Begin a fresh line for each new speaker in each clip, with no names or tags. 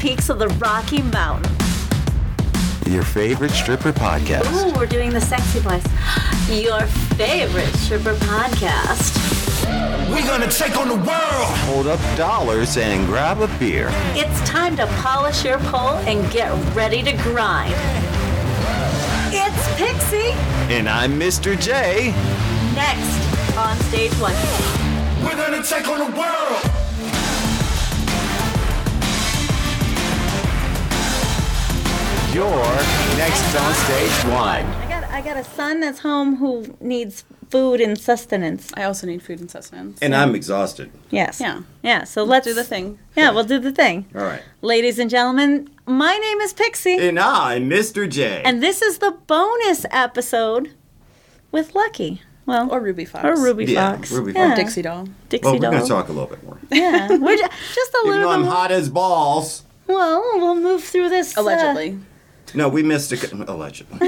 peaks of the Rocky Mountain.
Your favorite stripper podcast.
Ooh, we're doing the sexy voice. Your favorite stripper podcast.
We're gonna take on the world.
Hold up dollars and grab a beer.
It's time to polish your pole and get ready to grind. It's Pixie
And I'm Mr. J.
next on stage one.
We're gonna take on the world.
Your next on stage one.
I got I got a son that's home who needs food and sustenance.
I also need food and sustenance.
And I'm exhausted.
Yes.
Yeah.
Yeah. So let's
Do the thing.
Yeah, we'll do the thing.
All right.
Ladies and gentlemen, my name is Pixie.
And I'm Mr. J.
And this is the bonus episode with Lucky. Well,
Or
or,
Ruby Fox.
Ruby
Yeah,
Fox.
Ruby
yeah.
Fox.
Dixie Doll.
Dixie
well, we're
Doll.
gonna talk a little bit more.
Yeah, we're ju- just a
Even
little
though I'm
bit.
hot as balls.
Well, we'll move through this. uh,
Allegedly.
No, we missed a cou- allegedly.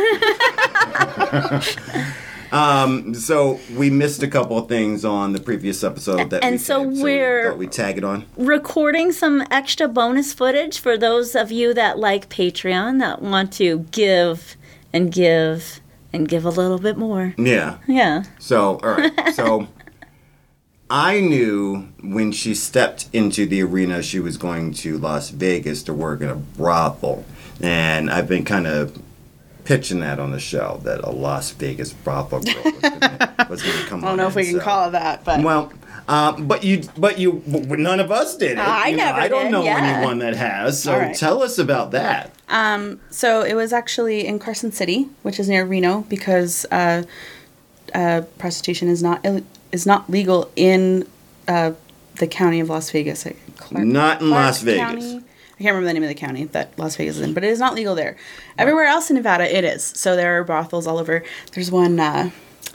um, so we missed a couple of things on the previous episode that
And
we
so
did,
we're-
we thought we'd tag it on.
recording some extra bonus footage for those of you that like Patreon that want to give and give and give a little bit more.
Yeah.
Yeah.
So all right. So I knew when she stepped into the arena she was going to Las Vegas to work at a brothel, and I've been kind of pitching that on the show that a Las Vegas brothel girl was going to come.
I don't know if we can call it that, but
Well, um, but you, but you, but none of us did it.
Oh, I
you know.
never
I don't
did,
know
yeah.
anyone that has. So
All right.
tell us about that.
um, so it was actually in Carson City, which is near Reno, because uh, uh, prostitution is not Ill- is not legal in uh, the county of Las Vegas. Like Clark-
Not in
Clark
Las Vegas.
County? I can't remember the name of the county that Las Vegas is in, but it is not legal there. Everywhere else in Nevada, it is. So there are brothels all over. There's one. Uh,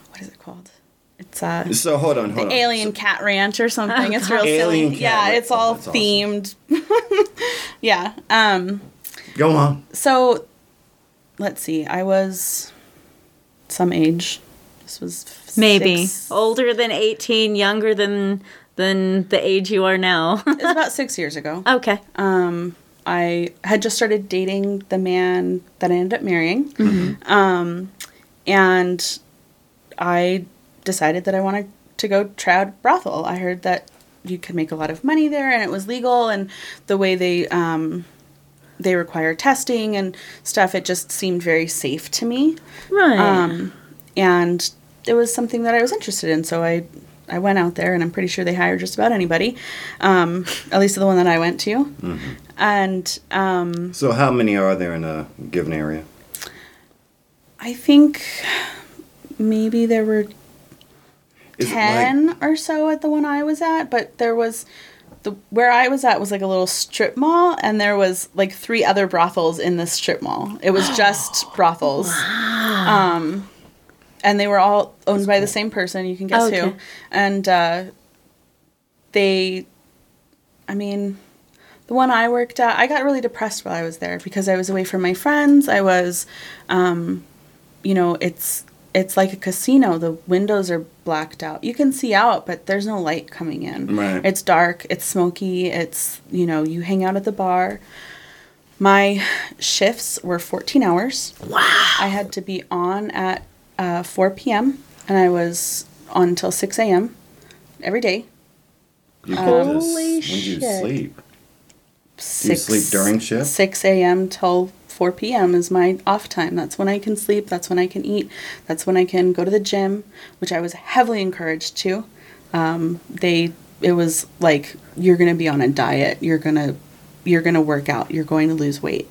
what is it called? It's uh,
So hold on, hold on.
the alien cat ranch or something. it's real
Alien
silly.
cat
yeah,
ranch.
it's all
Oh, that's awesome.
themed. yeah. Um.
Go on.
So, let's see. I was some age. This was f-
Maybe
six-
older than 18, younger than than the age you are now.
It was about six years ago.
okay.
Um. I had just started dating the man that I ended up marrying. Um. And I decided that I wanted to go try out brothel. I heard that you could make a lot of money there, and it was legal. And the way they um, they require testing and stuff, it just seemed very safe to me.
Right.
Um, and it was something that I was interested in, so I I went out there, and I'm pretty sure they hire just about anybody, um, at least the one that I went to. And um,
So how many are there in a given area?
I think maybe there were
Is it like-
10 or so at the one I was at, but there was the where I was at was like a little strip mall and there was like three other brothels in this strip mall. It was just brothels. Um and they were all owned by the same person, you can guess
Okay.
who. And uh they I mean the one I worked at, I got really depressed while I was there because I was away from my friends. I was um, you know it's it's like a casino the windows are blacked out you can see out but there's no light coming in
Right.
it's dark it's smoky it's you know you hang out at the bar my shifts were 14 hours wow i had to be on at uh, 4 p.m and i was on until 6 a.m every day
You could just-
Holy
when do you
shit.
sleep? you
six,
sleep during shift?
6 a.m. till 4 p.m. is my off time. That's when I can sleep. That's when I can eat. That's when I can go to the gym, which I was heavily encouraged to. Um, they, it was like you're gonna be on a diet. You're gonna, you're gonna work out. You're going to lose weight.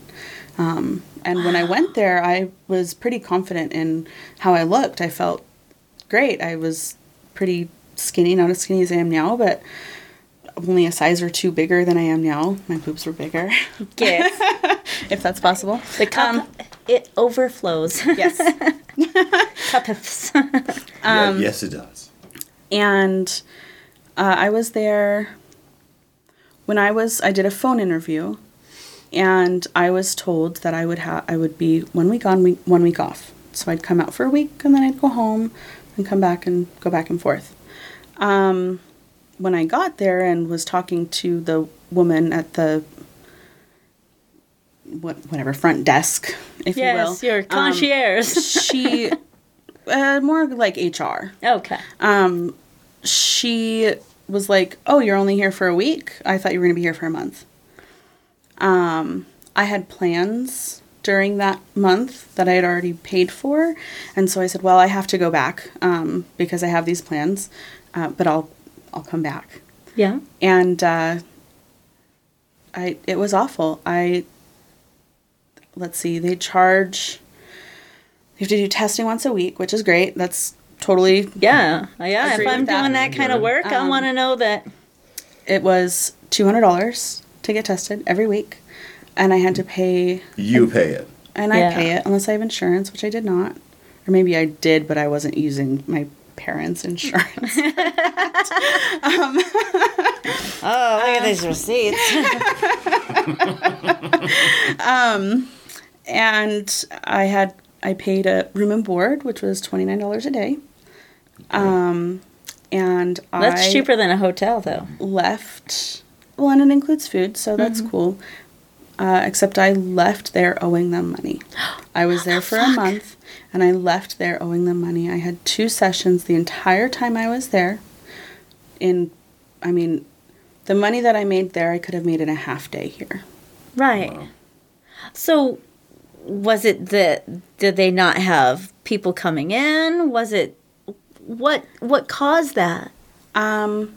Um, and when I went there, I was pretty confident in how I looked. I felt great. I was pretty skinny, not as skinny as I am now, but only a size or two bigger than I am now. My boobs were bigger.
yes.
if that's possible.
The cup it overflows.
yes.
Cups.
Yeah,
um,
yes, it does.
And uh, I was there when I was. I did a phone interview, and I was told that I would have. I would be one week on, week one week off. So I'd come out for a week, and then I'd go home, and come back and go back and forth. Um, when I got there and was talking to the woman at the what whatever front desk, if
Yes,
you will. um,
your concierge.
she uh, more like HR.
okay.
She was like, "Oh, you're only here for a week. I thought you were going to be here for a month." Um, I had plans during that month that I had already paid for, and so I said, "Well, I have to go back um, because I have these plans, uh, but I'll I'll come back."
yeah.
and uh, I it was awful. I let's see, they charge. You have to do testing once a week, which is great. That's totally.
Yeah. Yeah.
Agree
If I'm
with that.
doing that Um, kind of work, I want to know that.
It was two hundred dollars to get tested every week, and I had to pay,
You pay it.
and I
Yeah.
pay it unless I have insurance, which I did not, or maybe I did, but I wasn't using my parents' insurance. Um,
Oh, look
um,
at these receipts.
Um, and I had I paid a room and board, which was twenty nine dollars a day. Um, and
That's
I
cheaper than a hotel, though.
left. Well, and it includes food, so that's
Mm-hmm.
cool. Uh, except I left there owing them money. I was there for a month, and I left there owing them money. I had two sessions the entire time I was there. In, I mean, the money that I made there, I could have made in a half day here.
Right. So, was it that did they not have people coming in? Was it what what caused that?
Um,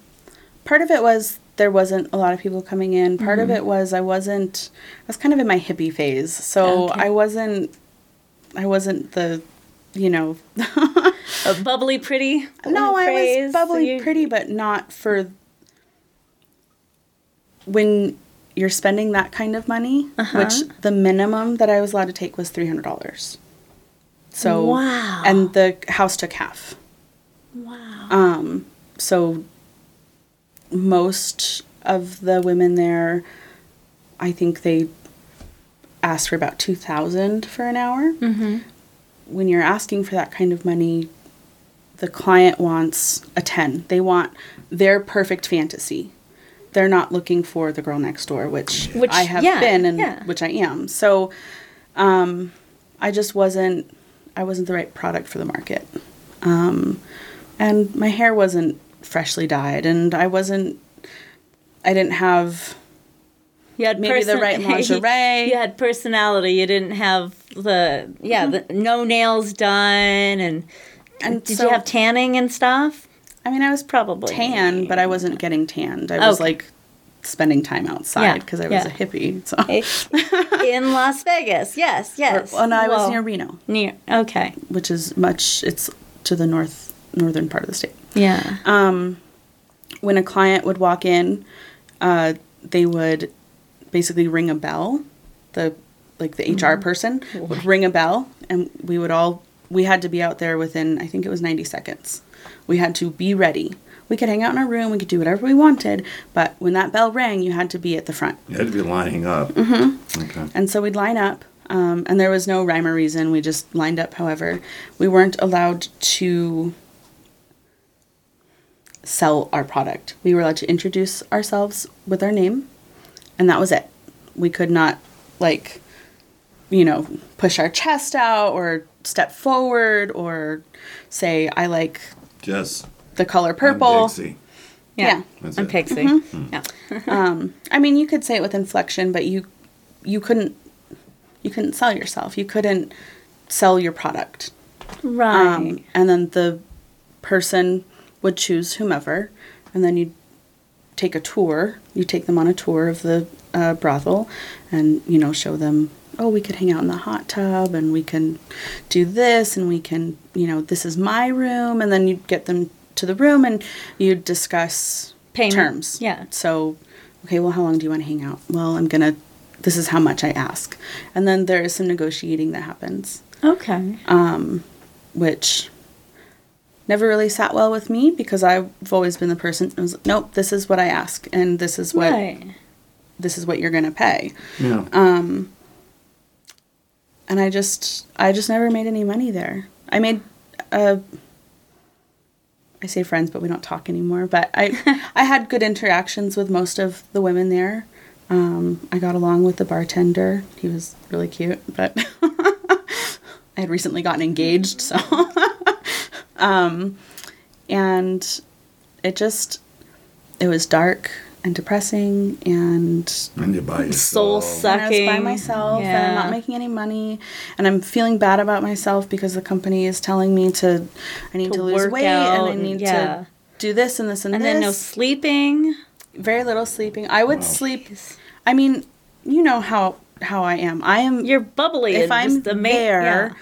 part of it was there wasn't a lot of people coming in. Part of it was I wasn't. I was kind of in my hippie phase, so
Okay.
I wasn't. I wasn't the, you know.
A bubbly, pretty.
no, I
phrase,
was
so
bubbly
you-
pretty, but not for. When you're spending that kind of money,
Uh-huh.
which the minimum that I was allowed to take was three hundred dollars. So
Wow.
and the house took half.
Wow.
so most of the women there i think they asked for about 2000 for an hour mm-hmm. when you're asking for that kind of money the client wants a 10 they want their perfect fantasy they're not looking for the girl next door which,
Which-
i have
yeah,
been and
yeah.
which i am so um, i just wasn't i wasn't the right product for the market and my hair wasn't freshly dyed and i wasn't i didn't have
you had
maybe the right lingerie.
You had personality. You didn't have the yeah the no nails done and
and
did
so,
you have tanning and stuff?
i mean i was
Probably
tan but i wasn't getting tanned i was
Okay.
like spending time outside
Yeah,
because i was
yeah.
a hippie so
in Las Vegas. Yes, yes.
and i was
Well,
near reno
Near. Okay.
which is much it's to the north northern part of the state
Yeah.
when a client would walk in, uh, they would basically ring a bell. The like the HR person would ring a bell, and we would all we had to be out there within I think it was ninety seconds. We had to be ready. We could hang out in our room. We could do whatever we wanted, but when that bell rang, you had to be at the front.
That'd be lining up. Okay.
Mm-hmm. And so we'd line up, um, and there was no rhyme or reason. We just lined up, however. We weren't allowed to sell our product. We were allowed to introduce ourselves with our name, and that was it. We could not, like, you know, push our chest out or step forward or say, I like
Just
the color
I'm
purple.
Dixie.
yeah.
That's
I'm
it. Mm.
Pixie. Yeah.
I mean, you could say it with inflection, but you you couldn't you couldn't sell yourself. You couldn't sell your product.
Right.
Um, and then the person would choose whomever, and then you take a tour. You take them on a tour of the uh, brothel, and you know show them. Oh, we could hang out in the hot tub, and we can do this, and we can, you know, this is my room, and then you get them to the room, and you discuss
Payment,
terms.
yeah.
So, okay, well, how long do you want to hang out? Well, I'm gonna. This is how much I ask, and then there is some negotiating that happens
Um, okay.
which never really sat well with me because I've always been the person who was nope, this is what I ask and this is what
right.
this is what you're gonna pay.
Yeah.
Um, And I just I just never made any money there. I made uh I say friends but we don't talk anymore, but I I had good interactions with most of the women there. Um, I got along with the bartender. He was really cute, but I had recently gotten engaged, so. um, and it just, it was dark and depressing and
And you buy your
Soul
and I was by
sucking.
myself and I'm
Yeah.
not making any money and I'm feeling bad about myself because the company is telling me to I need
To
to, lose
work
weight
out
and I
and-
need
yeah.
to do this and this and,
And
this.
then no sleeping.
very little sleeping. I would sleep I mean, you know how how I am. I am
You're bubbly.
if
and
I'm
just ama-
there,
yeah.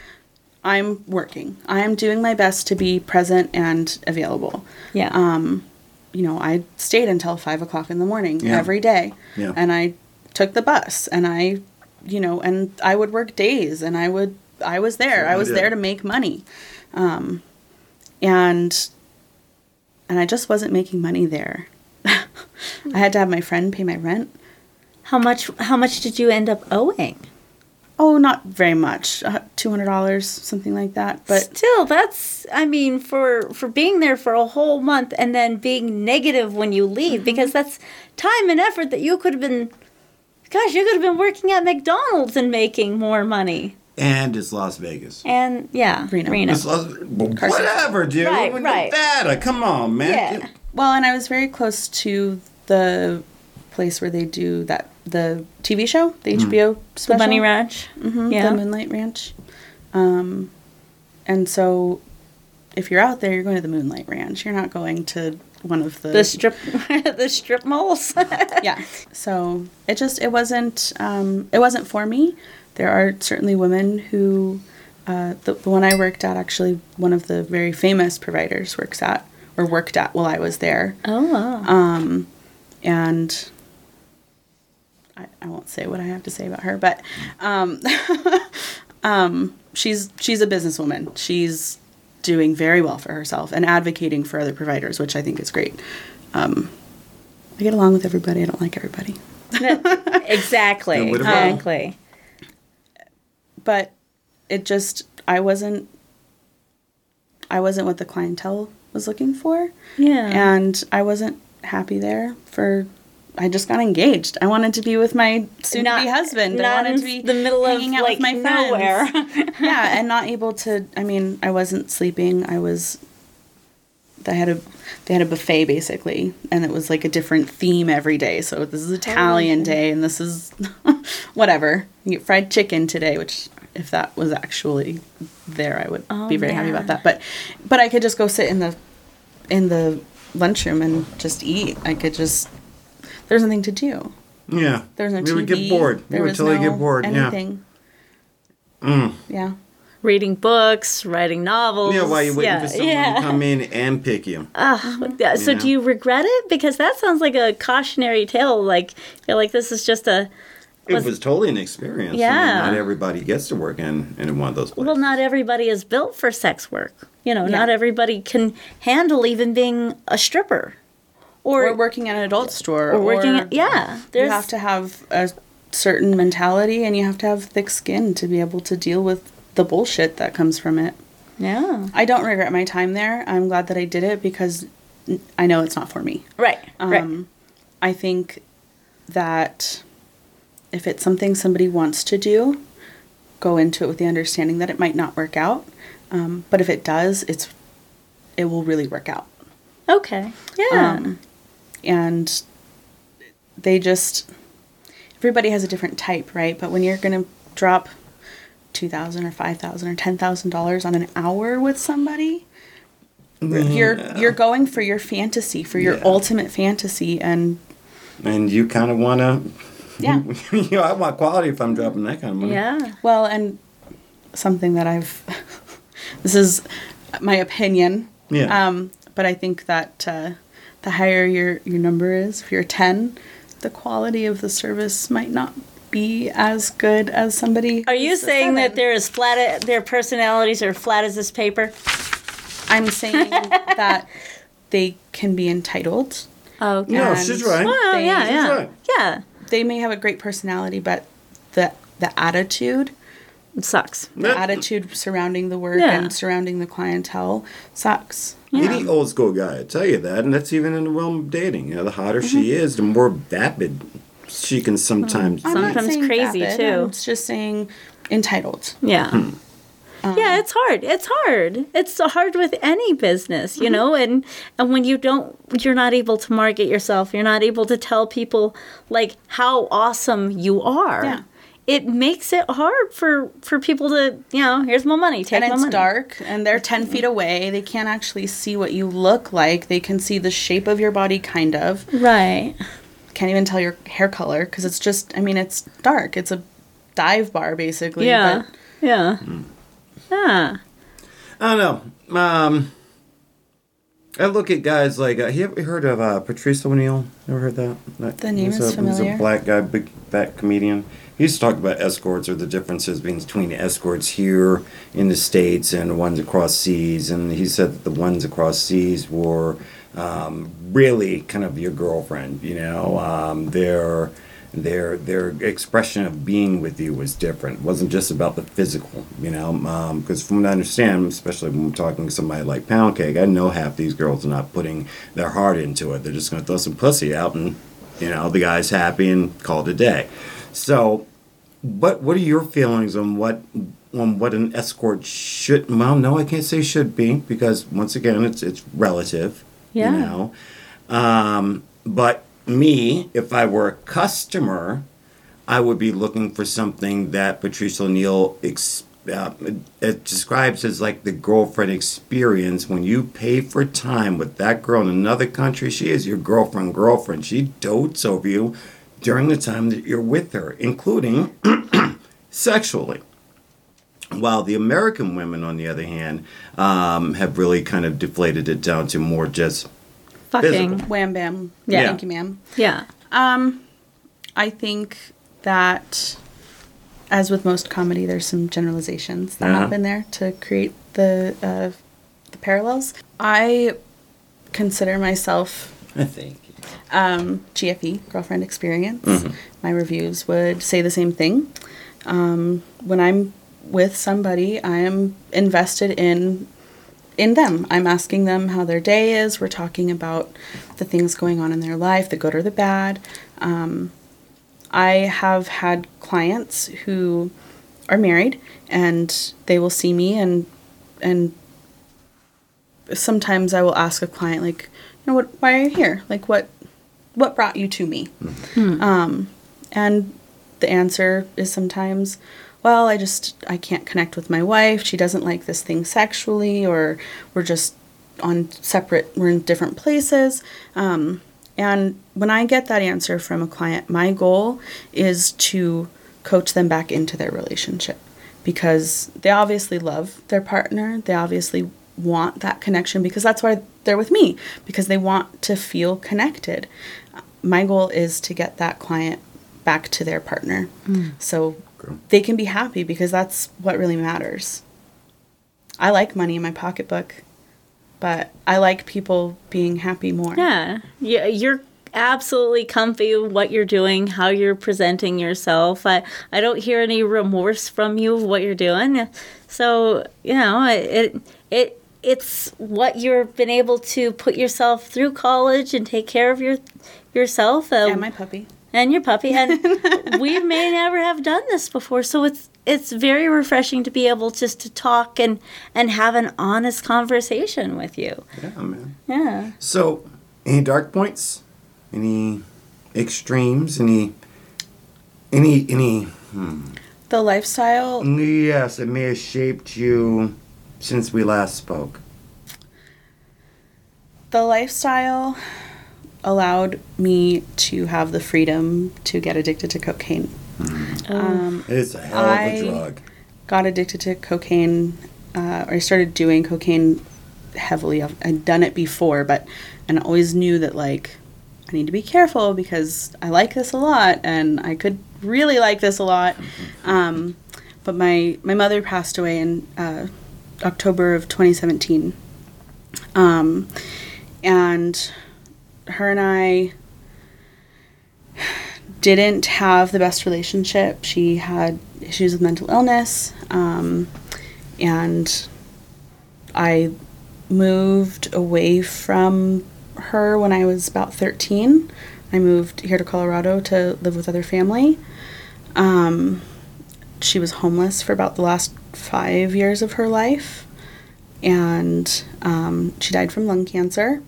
I'm working. I am doing my best to be present and available.
Yeah.
you know, I stayed until five o'clock in the morning
Yeah.
every day.
Yeah.
And I took the bus and I, you know, and I would work days and I would, I was there. I was
did.
there to make money. Um, and, and I just wasn't making money there. I had to have my friend pay my rent.
how much? How much did you end up owing?
Oh, not very much, uh, $200, something like that. But
still, that's. I mean, for for being there for a whole month and then being negative when you leave
Mm-hmm.
because that's time and effort that you could have been. Gosh, you could have been working at McDonald's and making more money.
And it's Las Vegas.
And yeah,
Reno.
It's Las, well, whatever, dude.
Right,
We're
right.
Nevada. Come on, man.
Yeah.
Well, and I was very close to the place where they do that the TV show, the
Mm.
HBO
The
special,
Bunny Ranch. Mm-hmm. Yeah.
the Moonlight Ranch. Um, and so, if you're out there, you're going to the Moonlight Ranch. You're not going to one of the,
the strip, the strip malls.
yeah. So it just it wasn't um, it wasn't for me. There are certainly women who uh, the, the one I worked at actually one of the very famous providers works at or worked at while I was there. Um,
oh, wow.
and I, I won't say what I have to say about her, but um, um, she's she's a businesswoman. She's doing very well for herself and advocating for other providers, which I think is great. Um, I get along with everybody. I don't like everybody,
exactly,
Yeah, what about-
exactly.
but it just I wasn't I wasn't what the clientele was looking for.
Mm-hmm. Yeah.
and I wasn't happy there for. I just got engaged. I wanted to be with my soon-to-be
Not-
husband.
not
I wanted
in
to be
the middle of,
hanging out
like,
with my friends.
nowhere.
yeah, and not able to. I mean, I wasn't sleeping. I was. They had a they had a buffet basically, and it was like a different theme every day. So this is Italian day, and this is whatever. You get fried chicken today, which if that was actually there, I would be very happy about
yeah.
that. But but I could just go sit in the in the lunchroom and just eat. I could just there's nothing to do.
Yeah. yeah.
There's no
we
TV.
would get bored.
There
we would
was
totally
no
get bored. Mm.
Anything. Yeah.
Reading books, writing novels.
Yeah. Yeah, while you're waiting
yeah,
for someone
yeah. Uh,
to come in and pick you.
Yeah, so
know?
do you regret it? Because that sounds like a cautionary tale. Like you're like this is just a
it
was-
was totally an experience. I mean,
Yeah.
not everybody gets to work in, in one of those places.
well, not everybody is built for sex work. You know, not
Yeah.
everybody can handle even being a stripper or,
Or working at an adult store.
or working. at, yeah,
You have to have a certain mentality and you have to have thick skin to be able to deal with the bullshit that comes from it.
yeah
I don't regret my time there. I'm glad that I did it because I know it's not for me.
right right
Um, I think that if it's something somebody wants to do, go into it with the understanding that it might not work out. Um, but if it does, it's it will really work out.
okay yeah
Um, and they just everybody has a different type, right? But when you're gonna drop two thousand or five thousand or ten thousand dollars on an hour with somebody, you're you're going for your fantasy, for your
Yeah.
ultimate fantasy, and
and you kind of want to,
yeah.
you know, I want quality if I'm dropping that kind of money.
yeah
Well, and something that I've this is my opinion.
Yeah.
Um, but I think that uh, the higher your your number is, if you're ten, the quality of the service might not be as good as somebody.
are you
who's a
saying that
seven.
they're as flat their personalities are flat as this paper
I'm saying that they can be entitled.
okay
No,
and
she's right.
oh
they-
yeah yeah
right.
yeah
They may have a great personality, but the the attitude
it sucks
the
That-
attitude surrounding the work
Yeah.
and surrounding the clientele sucks.
Any old
Mm-hmm.
school guy, I tell you that, and that's even in the realm of dating. You know, the hotter she is, the more vapid she can sometimes.
I'm not
Sometimes
saying
crazy,
vapid,
too.
I'm just saying entitled.
Yeah.
Um,
yeah, it's hard. It's hard. It's hard with any business,
Mm-hmm.
you know, and and when you don't you're not able to market yourself, you're not able to tell people like how awesome you are.
Yeah.
It makes it hard for for people to, you know, here's my money, take
and
my
it's
money.
dark and they're 10 feet away they can't actually see what you look like they can see the shape of your body kind of
Mm. Right.
can't even tell your hair color because it's just i mean it's dark it's a dive bar basically
Yeah. Yeah. Ah, Yeah.
I don't know. Um, I look at guys like uh, have you heard of uh, Patrice O'Neill? Ever heard that? that
The name
he's
is
a, he's
familiar.
a black guy, big fat comedian. He used to talk about escorts or the differences between escorts here in the states and the ones across seas. And he said that the ones across seas were um, really kind of your girlfriend. You know, um, they're their their expression of being with you was different. It wasn't just about the physical, you know. Because from what I understand, especially when we're talking to somebody like Pound Cake, I know half these girls are not putting their heart into it. They're just going to throw some pussy out, and you know the guy's happy and call it a day. So, what what are your feelings on what on what an escort should? Well, no, I can't say should be because once again, it's it's relative.
Yeah.
You know. Um, but me, if I were a customer, I would be looking for something that Patrice O'Neill ex- uh, it describes as like the girlfriend experience. When you pay for time with that girl in another country, she is your girlfriend, girlfriend. She dotes over you during the time that you're with her, including sexually. While the American women, on the other hand, um, have really kind of deflated it down to more just
Fucking.
but wham bam
Yeah.
thank you ma'am
Yeah.
um i think that as with most comedy there's some generalizations that
Uh-huh.
happen there to create the uh, the parallels i consider myself
I think.
um, GFE, girlfriend experience. My reviews would say the same thing. Um, when I'm with somebody, I am invested in in them. I'm asking them how their day is. We're talking about the things going on in their life, the good or the bad. Um, I have had clients who are married, and they will see me and and sometimes I will ask a client like, you know, what, why are you here? Like, what, what brought you to me? Um, and the answer is sometimes, well, I just I can't connect with my wife. She doesn't like this thing sexually, or we're just on separate. We're in different places. Um, and when I get that answer from a client, my goal is to coach them back into their relationship because they obviously love their partner. They obviously want that connection because that's why they're with me, because they want to feel connected. My goal is to get that client back to their partner so they can be happy because that's what really matters. I like money in my pocketbook, but I like people being happy more.
Yeah. Yeah, you're absolutely comfy with what you're doing, how you're presenting yourself. I I don't hear any remorse from you of what you're doing. So, you know, it it it's what you've been able to put yourself through college and take care of your yourself um,
And my puppy.
and your puppy and we may never have done this before so it's it's very refreshing to be able just to talk and and have an honest conversation with you
Yeah, man.
yeah
So, any dark points? Any extremes? Any, any, any?
The lifestyle
Yes, it may have shaped you since we last spoke.
the lifestyle allowed me to have the freedom to get addicted to cocaine.
It's a hell of a
I-
drug.
Got addicted to cocaine, uh, or I started doing cocaine heavily. I've- I'd done it before, but and I always knew that like I need to be careful because I like this a lot, and I could really like this a lot. Um, but my my mother passed away in uh, October of 2017. Um, and her and I didn't have the best relationship. She had issues with mental illness, um, and I moved away from her when I was about 13. I moved here to Colorado to live with other family. Um, she was homeless for about the last five years of her life, and um, she died from lung cancer.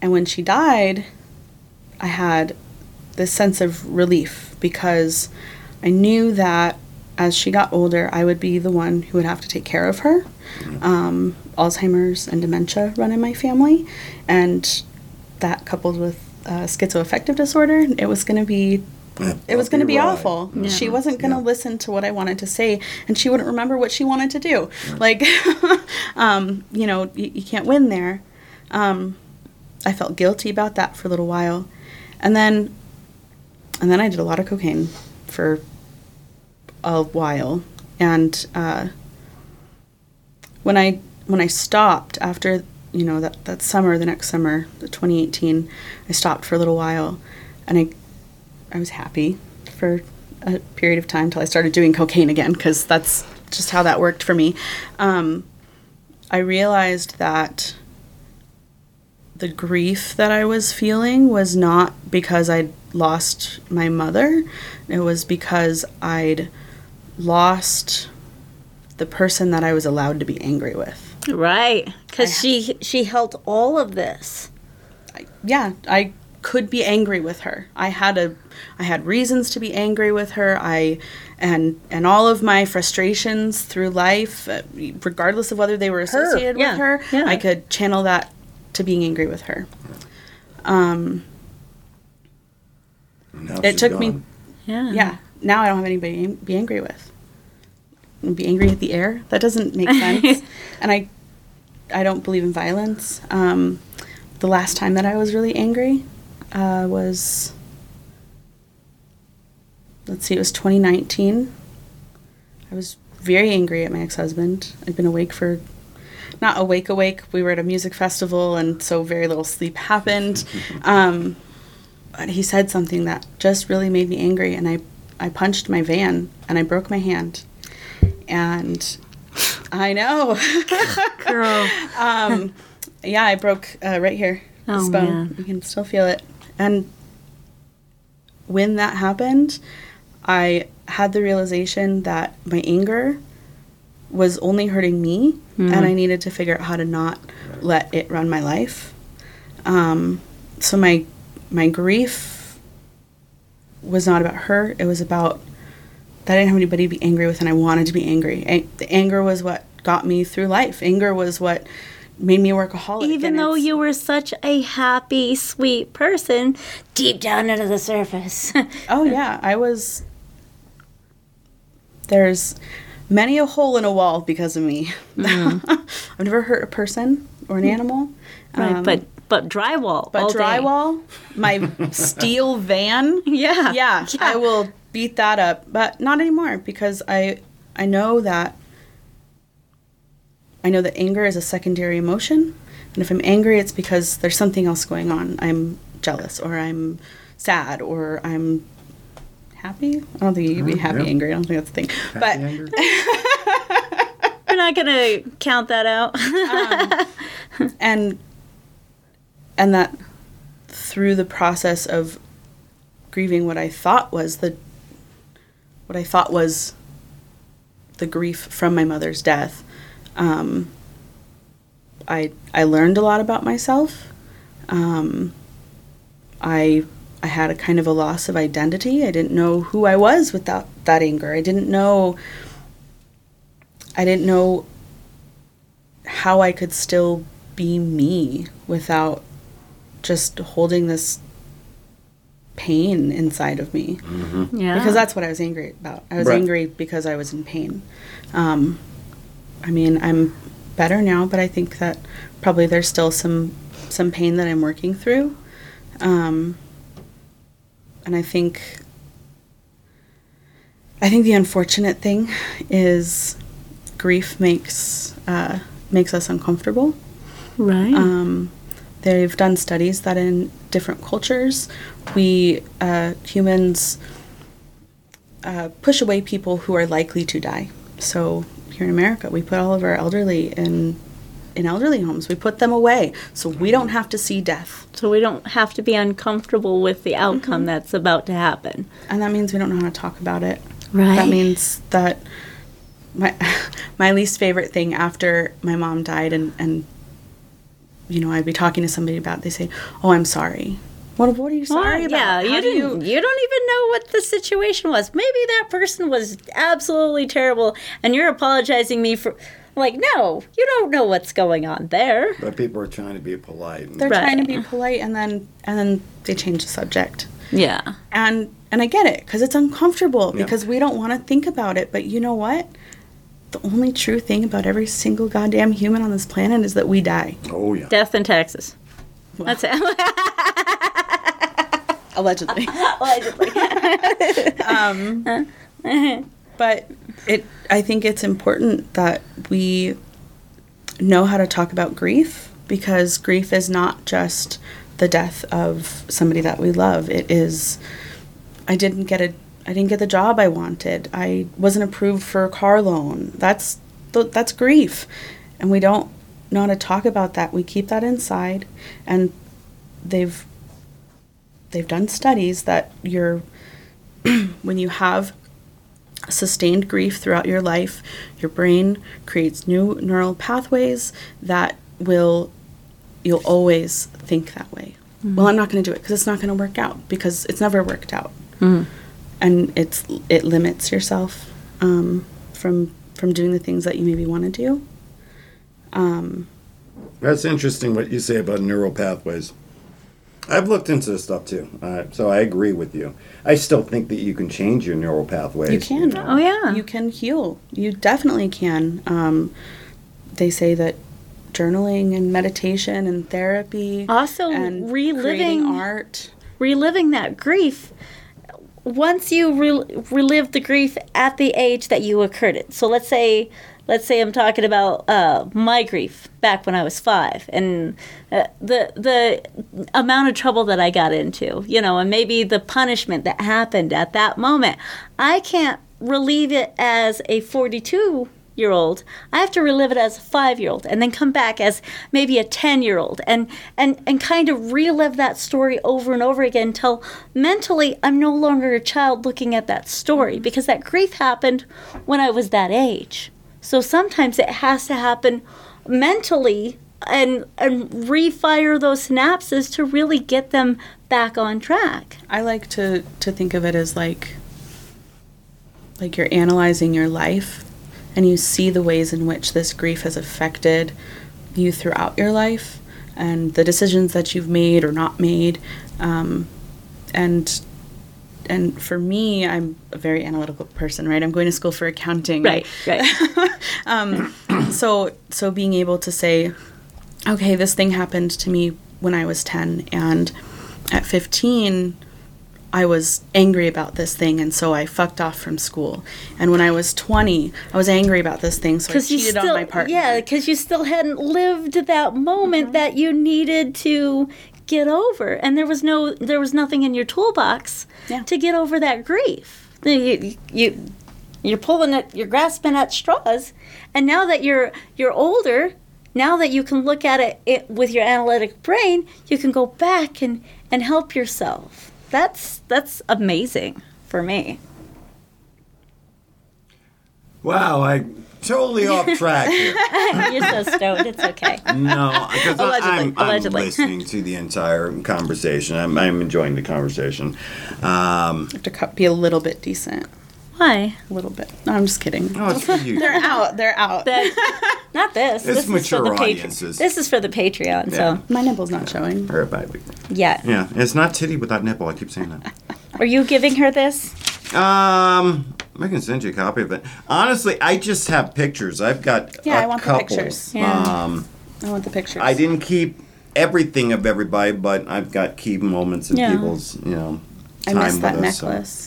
And when she died, I had this sense of relief because I knew that as she got older, I would be the one who would have to take care of her. Um, Alzheimer's and dementia run in my family, and that coupled with uh, schizoaffective disorder, it was going to be. It was going to be
Right.
awful. She wasn't going to listen to what I wanted to say, and she wouldn't remember what she wanted to do. Like, um, you know, you, you can't win there. Um, I felt guilty about that for a little while, and then, and then I did a lot of cocaine for a while, and uh, when I when I stopped after you know that that summer, the next summer, the 2018, I stopped for a little while, and I I was happy for a period of time till I started doing cocaine again because that's just how that worked for me. Um, I realized that the grief that I was feeling was not because I'd lost my mother, it was because I'd lost the person that I was allowed to be angry with.
Right. Because she she held all of this.
yeah, I could be angry with her. I had a I had reasons to be angry with her. I and and all of my frustrations through life, uh, regardless of whether they were associated
yeah,
with her,
yeah.
I could channel that to being angry with her.
Now
It
she's
took me
gone.
Yeah.
Yeah. Now I don't have anybody to be angry with. And Be angry at the air? That doesn't make sense. and I, I don't believe in violence. Um, the last time that I was really angry uh, was, let's see, it was 2019. I was very angry at my ex-husband. I'd been awake for, not awake awake. We were at a music festival, and so very little sleep happened. Um, but he said something that just really made me angry and I, I punched my van and I broke my hand. And I know.
Girl.
yeah, I broke uh, right here.
Oh,
this bone.
man.
You can still feel it. And when that happened, I had the realization that my anger was only hurting me
Hmm.
and I needed to figure out how to not let it run my life. Um, so my my grief was not about her, it was about that I didn't have anybody to be angry with, and I wanted to be angry. A- the anger was what got me through life. Anger was what made me a workaholic.
Even
and
though
it's-
you were such a happy, sweet person, deep down under the surface.
oh yeah, I was. There's many a hole in a wall because of me.
Mm-hmm.
I've never hurt a person or an animal.
right.
Um,
But but drywall.
but
Hmm. all day.
drywall, my steel van.
Yeah.
yeah, I
Yeah.
will beat that up, but not anymore because I I know that I know that anger is a secondary emotion, and if I'm angry, it's because there's something else going on. I'm jealous, or I'm sad, or I'm happy. I don't think you can be happy
Uh-huh, yeah.
angry. I don't think that's the thing. but
Anger?
We're not gonna count that out.
and and that through the process of grieving what I thought was the what I thought was the grief from my mother's death, um, I I learned a lot about myself. Um, I I had a kind of a loss of identity. I didn't know who I was without that anger. I didn't know I didn't know how I could still be me without just holding this pain inside of me
yeah.
because that's what I was angry about. I was
Right.
angry because I was in pain. Um, I mean, I'm better now, but I think that probably there's still some some pain that I'm working through. Um, and I think I think the unfortunate thing is grief makes uh, makes us uncomfortable.
right.
Um, they've done studies that in different cultures, we uh, humans uh, push away people who are likely to die. So here in America, we put all of our elderly in in elderly homes. We put them away so we don't have to see death.
So we don't have to be uncomfortable with the
Mm-hmm.
outcome that's about to happen.
And that means we don't know how to talk about it.
Right.
That means that my my least favorite thing after my mom died and and you know, I'd be talking to somebody about it, they say, "Oh, I'm sorry." What, what are you sorry
Well,
about?
Yeah,
How
you
do
didn't. You... don't even know what the situation was. Maybe that person was absolutely terrible, and you're apologizing me for. Like, no, you don't know what's going on there.
But people are trying to be polite.
They're
Right.
trying to be polite and then and then they change the subject.
Yeah.
and and I get it because it's uncomfortable
Yeah.
because we don't want to think about it. But you know what? The only true thing about every single goddamn human on this planet is that we die.
oh yeah.
Death in Texas. That's it.
Allegedly.
Allegedly.
Um, but it I think it's important that we know how to talk about grief because grief is not just the death of somebody that we love. It is I didn't get a I didn't get the job I wanted. I wasn't approved for a car loan. That's th- that's grief. And we don't know how to talk about that. We keep that inside and they've they've done studies that you're when you have sustained grief throughout your life, your brain creates new neural pathways that will, you'll always think that way. Well, I'm not going to do it because it's not going to work out because it's never worked out, and it's it limits yourself um, from from doing the things that you maybe want to do.
That's interesting what you say about neural pathways. I've looked into this stuff too, uh, so I agree with you. I still think that you can change your neural pathways.
You can.
know.
Oh yeah.
You can heal. You definitely can. Um, they say that journaling and meditation and therapy,
Also
and
Oh, reliving-
creating art.
reliving that grief once you re- relive the grief at the age that you occurred it so let's say let's say i'm talking about uh, my grief back when i was five and uh, the the amount of trouble that i got into you know and maybe the punishment that happened at that moment i can't relieve it as a 42 year old i have to relive it as a five year old and then come back as maybe a 10 year old and and and kind of relive that story over and over again until mentally i'm no longer a child looking at that story because that grief happened when i was that age so sometimes it has to happen mentally and and refire those synapses to really get them back on track
I like to to think of it as like like you're analyzing your life and you see the ways in which this grief has affected you throughout your life and the decisions that you've made or not made um, and and for me I'm a very analytical person right I'm going to school for accounting Um,
right right
so so being able to say okay this thing happened to me when i was 10 and at 15 i was angry about this thing and so i fucked off from school and when i was 20 i was angry about this thing so i
because you
cheated
still,
on my partner Mm-hmm.
Yeah, because you still hadn't lived that moment that you needed to get over, and there was no, there was nothing in your toolbox
Yeah.
to get over that grief. You, you, you're pulling at, you're grasping at straws, and now that you're you're older, now that you can look at it, it with your analytic brain, you can go back and and help yourself. That's that's amazing for me.
Wow, I totally off track here.
You're so stoned. It's okay.
No, because
Allegedly,
I'm, I'm
allegedly.
listening to the entire conversation. I'm, I'm enjoying the conversation. Um,
have to cut- be a little bit decent
Why?
a little bit no i'm just kidding
no, it's for you.
they're out they're out
that- not this.
It's
this
mature
is for the
audiences.
Patreon. This is for the Patreon. So
my nipple's not showing
Or bi- weekly.
yeah.
Yeah, it's not titty without nipple. I keep saying that.
Are you giving her this?
Um, I can send you a copy of it. Honestly, I just have pictures. I've got
Yeah,
a
I want the
couple.
pictures.
Yeah.
Um,
i want the pictures
I didn't keep everything of everybody, but I've got key moments in
Yeah.
people's you know
i
time
missed that
with us, so,
necklace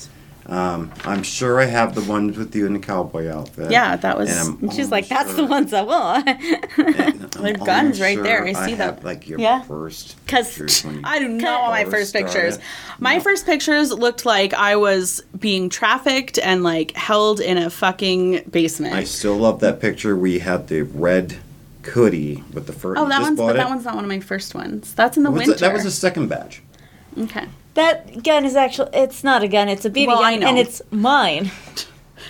um, I'm sure I have the ones with you in the cowboy outfit.
yeah that was
And I'm
And
almost
she's like, that's the
sure-
ones I want.
and I'm
They're
almost
guns right there. I see
have,
that.
Like your
Yeah.
first
'Cause
pictures when you-
I do not
Cut.
want my
Or
first
start
pictures.
it.
My first pictures looked like I was being trafficked and like held in a fucking basement.
I still love that picture. We had the red Cootie with the first.
Oh, that
just
one's
bought
but
it.
that one's not one of my first ones. That's in the
What's
winter.
that- that was the second batch.
okay.
That gun is actually, it's not a gun, it's a BB
Well, I
gun,
know.
and it's mine.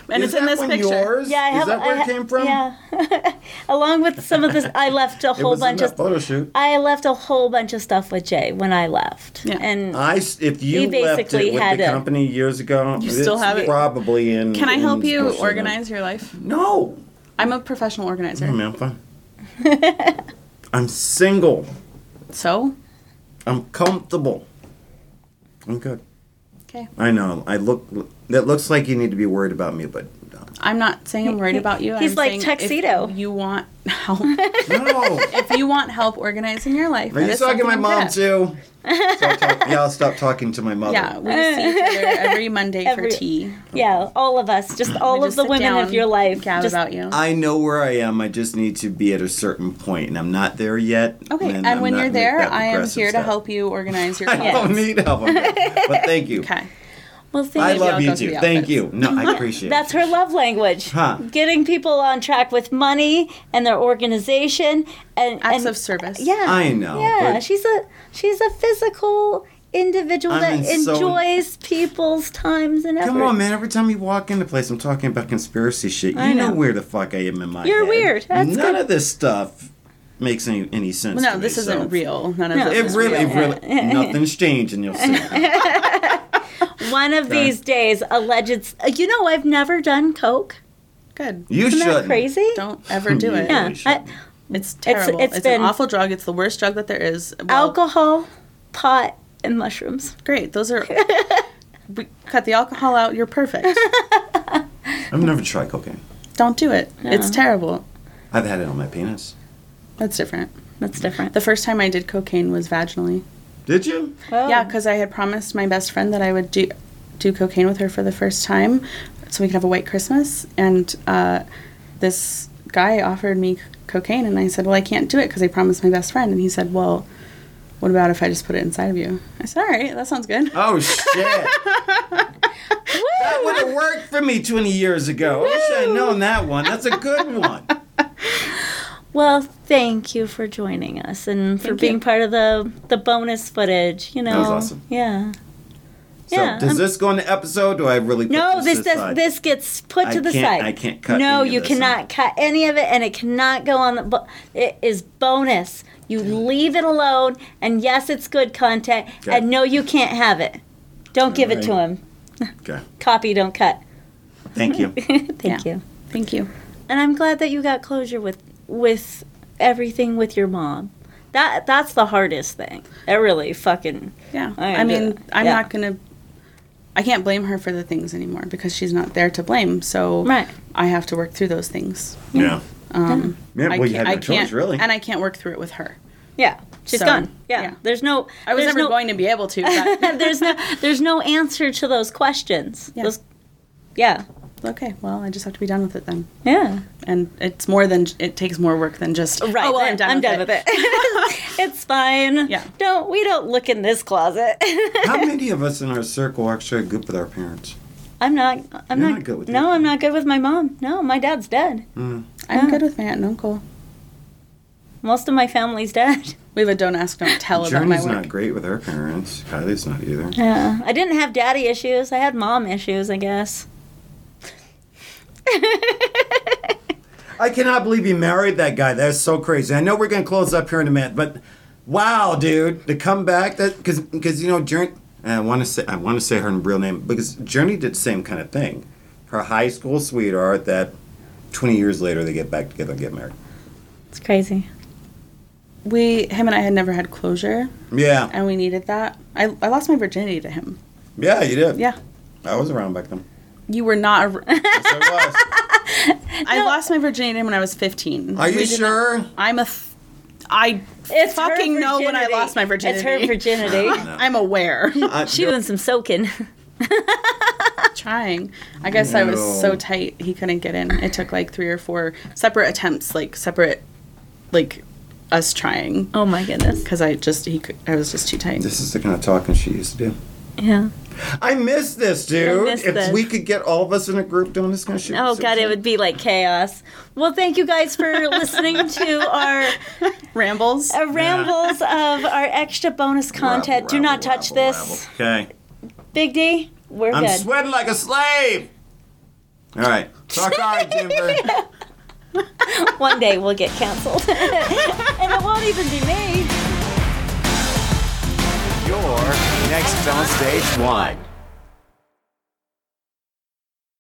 And
Is
it's in
that
this
one
picture.
yours?
Yeah, I
Is
have
that where
I
it
ha-
came from?
Yeah. Along with some of this, I left a
It
whole
was
bunch
in
of
that photo shoot.
I left a whole bunch of stuff with Jay when I left.
Yeah.
And
I s- if you
We
left
basically
it with
had
the
a-
company years ago, you
still have it?
Probably in.
Can I
in
help you
special-
organize your life?
No,
I'm a professional organizer.
I mean, I'm fine. I'm single.
So,
I'm comfortable. I'm good.
okay.
I know. I look. That looks like you need to be worried about me, but
I'm not saying I'm worried about you.
He's
I'm
like
saying
tuxedo.
If you want help?
no.
if you want help organizing your life,
Are
that
you
is
talking to my
something
mom
to-
too? So I talk- yeah, I'll stop talking to my mother.
Yeah, we see each other every Monday
Every-
for tea.
yeah, all of us, just
We
all of
just
the
sit
women
down,
of your life.
Gab
just-
about you.
I know where I am. I just need to be at a certain point, and I'm not there yet.
Okay, and,
I'm
when
not
you're
gonna make
there,
that
I am
progressive
here
step.
to help you organize your
I
plans.
don't need help, on that, but thank you.
Okay.
Well,
I
thank you.
love
I'll
you
go through
too.
the
Thank
outfits.
you. No, I appreciate it.
That's her love language.
Huh.
Getting people on track with money and their organization and
Acts
and-
of service.
Yeah,
I know,
Yeah,
but-
she's a she's a physical individual
I
that
mean, so-
enjoys people's times and efforts.
Come on, man. Every time you walk into place, I'm talking about conspiracy shit. You
I
know.
know.
where the fuck I am in my
You're
head.
weird. That's
None
good.
of this stuff makes any, any sense.
No,
to me,
this
so-
isn't real. None of
No.
this
It
is
really,
real.
it really, nothing's changing. You'll see.
One of these days, alleged. uh, You know, I've never done coke.
Good.
You
Isn't
shouldn't.
that crazy?
Don't ever do it.
Yeah,
really
I,
shouldn't.
It's terrible. It's,
it's
an
been-
awful drug. It's the worst drug that there is. Well,
alcohol, pot, and mushrooms.
Great. Those are. we cut the alcohol out. You're perfect.
I've never tried cocaine.
Don't do it. It's terrible.
I've had it on my penis.
That's different.
That's different.
The first time I did cocaine was vaginally.
Did you?
Oh.
Yeah, because I had promised my best friend that I would do do cocaine with her for the first time, so we could have a white Christmas. And uh, this guy offered me c- cocaine, and I said, "Well, I can't do it because I promised my best friend." And he said, "Well, what about if I just put it inside of you?" I said, "All right, that sounds good."
Oh shit! that would have worked for me 20 years ago. I wish I'd known that one. That's a good one.
Well, thank you for joining us and for being part of the the bonus footage. You know,
was awesome.
Yeah.
So,
Yeah,
does
I'm-
this go in the episode? Do I really? Put
No, this
this
does, this gets put
I
to the
can't-
side.
I can't cut any
No,
of
you
this,
cannot
huh?
cut any of it, and it cannot go on the. Bo- it is bonus. You leave it alone, and yes, it's good content,
Okay.
and no, you can't have it. Don't give it to
right.
him.
Okay.
Copy, don't cut.
Thank you.
Thank
Yeah.
you.
Thank you.
And I'm glad that you got closure with with everything with your mom. That that's the hardest thing. It really fucking.
Yeah,
I
I,
am
mean,
good.
I'm
Yeah.
not gonna. I can't blame her for the things anymore because she's not there to blame. So
Right.
I have to work through those things.
Yeah.
Um,
Yeah.
I
Well, you had
can't-
no
I can't-
choice, really.
and I can't work through it with her.
Yeah, she's
So,
gone. Yeah.
yeah.
there's no.
I was
there's
never
no-
going to be able to. But
there's no. There's no answer to those questions.
Yeah.
Those, yeah.
okay, well, I just have to be done with it then.
Yeah.
And it's more than it takes more work than just
Right.
Oh, well,
I'm done, with, it. it's fine.
Yeah.
Don't we don't look in this closet.
How many of us in our circle actually are good with our parents?
I'm not I'm
You're
not,
not good with
No,
your-
I'm not good with my mom. No, my dad's dead.
I'm good with my aunt and uncle.
Most of my family's dead.
We have a don't ask, don't tell
Journey's
about my work.
not great with her parents. Kylie's not either.
Yeah. I didn't have daddy issues. I had mom issues, I guess.
I cannot believe you married that guy. That's so crazy. I know we're gonna close up here in a minute, but wow, dude, to come back that because because you know Journey. I want to say I want to say her real name because Journey did the same kind of thing. Her high school sweetheart that twenty years later they get back together and get married.
It's crazy.
We, him and I, had never had closure,
Yeah,
and we needed that. I, I lost my virginity to him.
yeah, you did.
Yeah,
I was around back then.
you were not. A,
Yes, I was.
I lost my virginity to him when I was 15.
Are you
We did not-
sure?
I'm a. Th- I
It's her
fucking know when I
virginity.
lost my virginity.
It's her virginity.
I'm aware.
I-
she doing some soaking.
trying. I guess I was
No.
so tight he couldn't get in. It took like three or four separate attempts, like separate, like us trying,
Oh my goodness.
because I just he could, I was just too tight.
This is the kind of talking she used to do.
Yeah.
I miss this, dude.
miss
if
this.
we could get all of us in a group doing this kind of shit.
Oh
so
god, it
fun.
would be like chaos. Well, thank you guys for listening to our
Rambles.
uh, rambles of our extra bonus
Rabble,
content. Do
rabble,
not touch
rabble,
this,
rabble. Okay.
Big D. We're
I'm
good.
sweating like a slave. All right. Fuck off, Denver.
One day we'll get canceled, and it won't even be me.
Your next on stage one.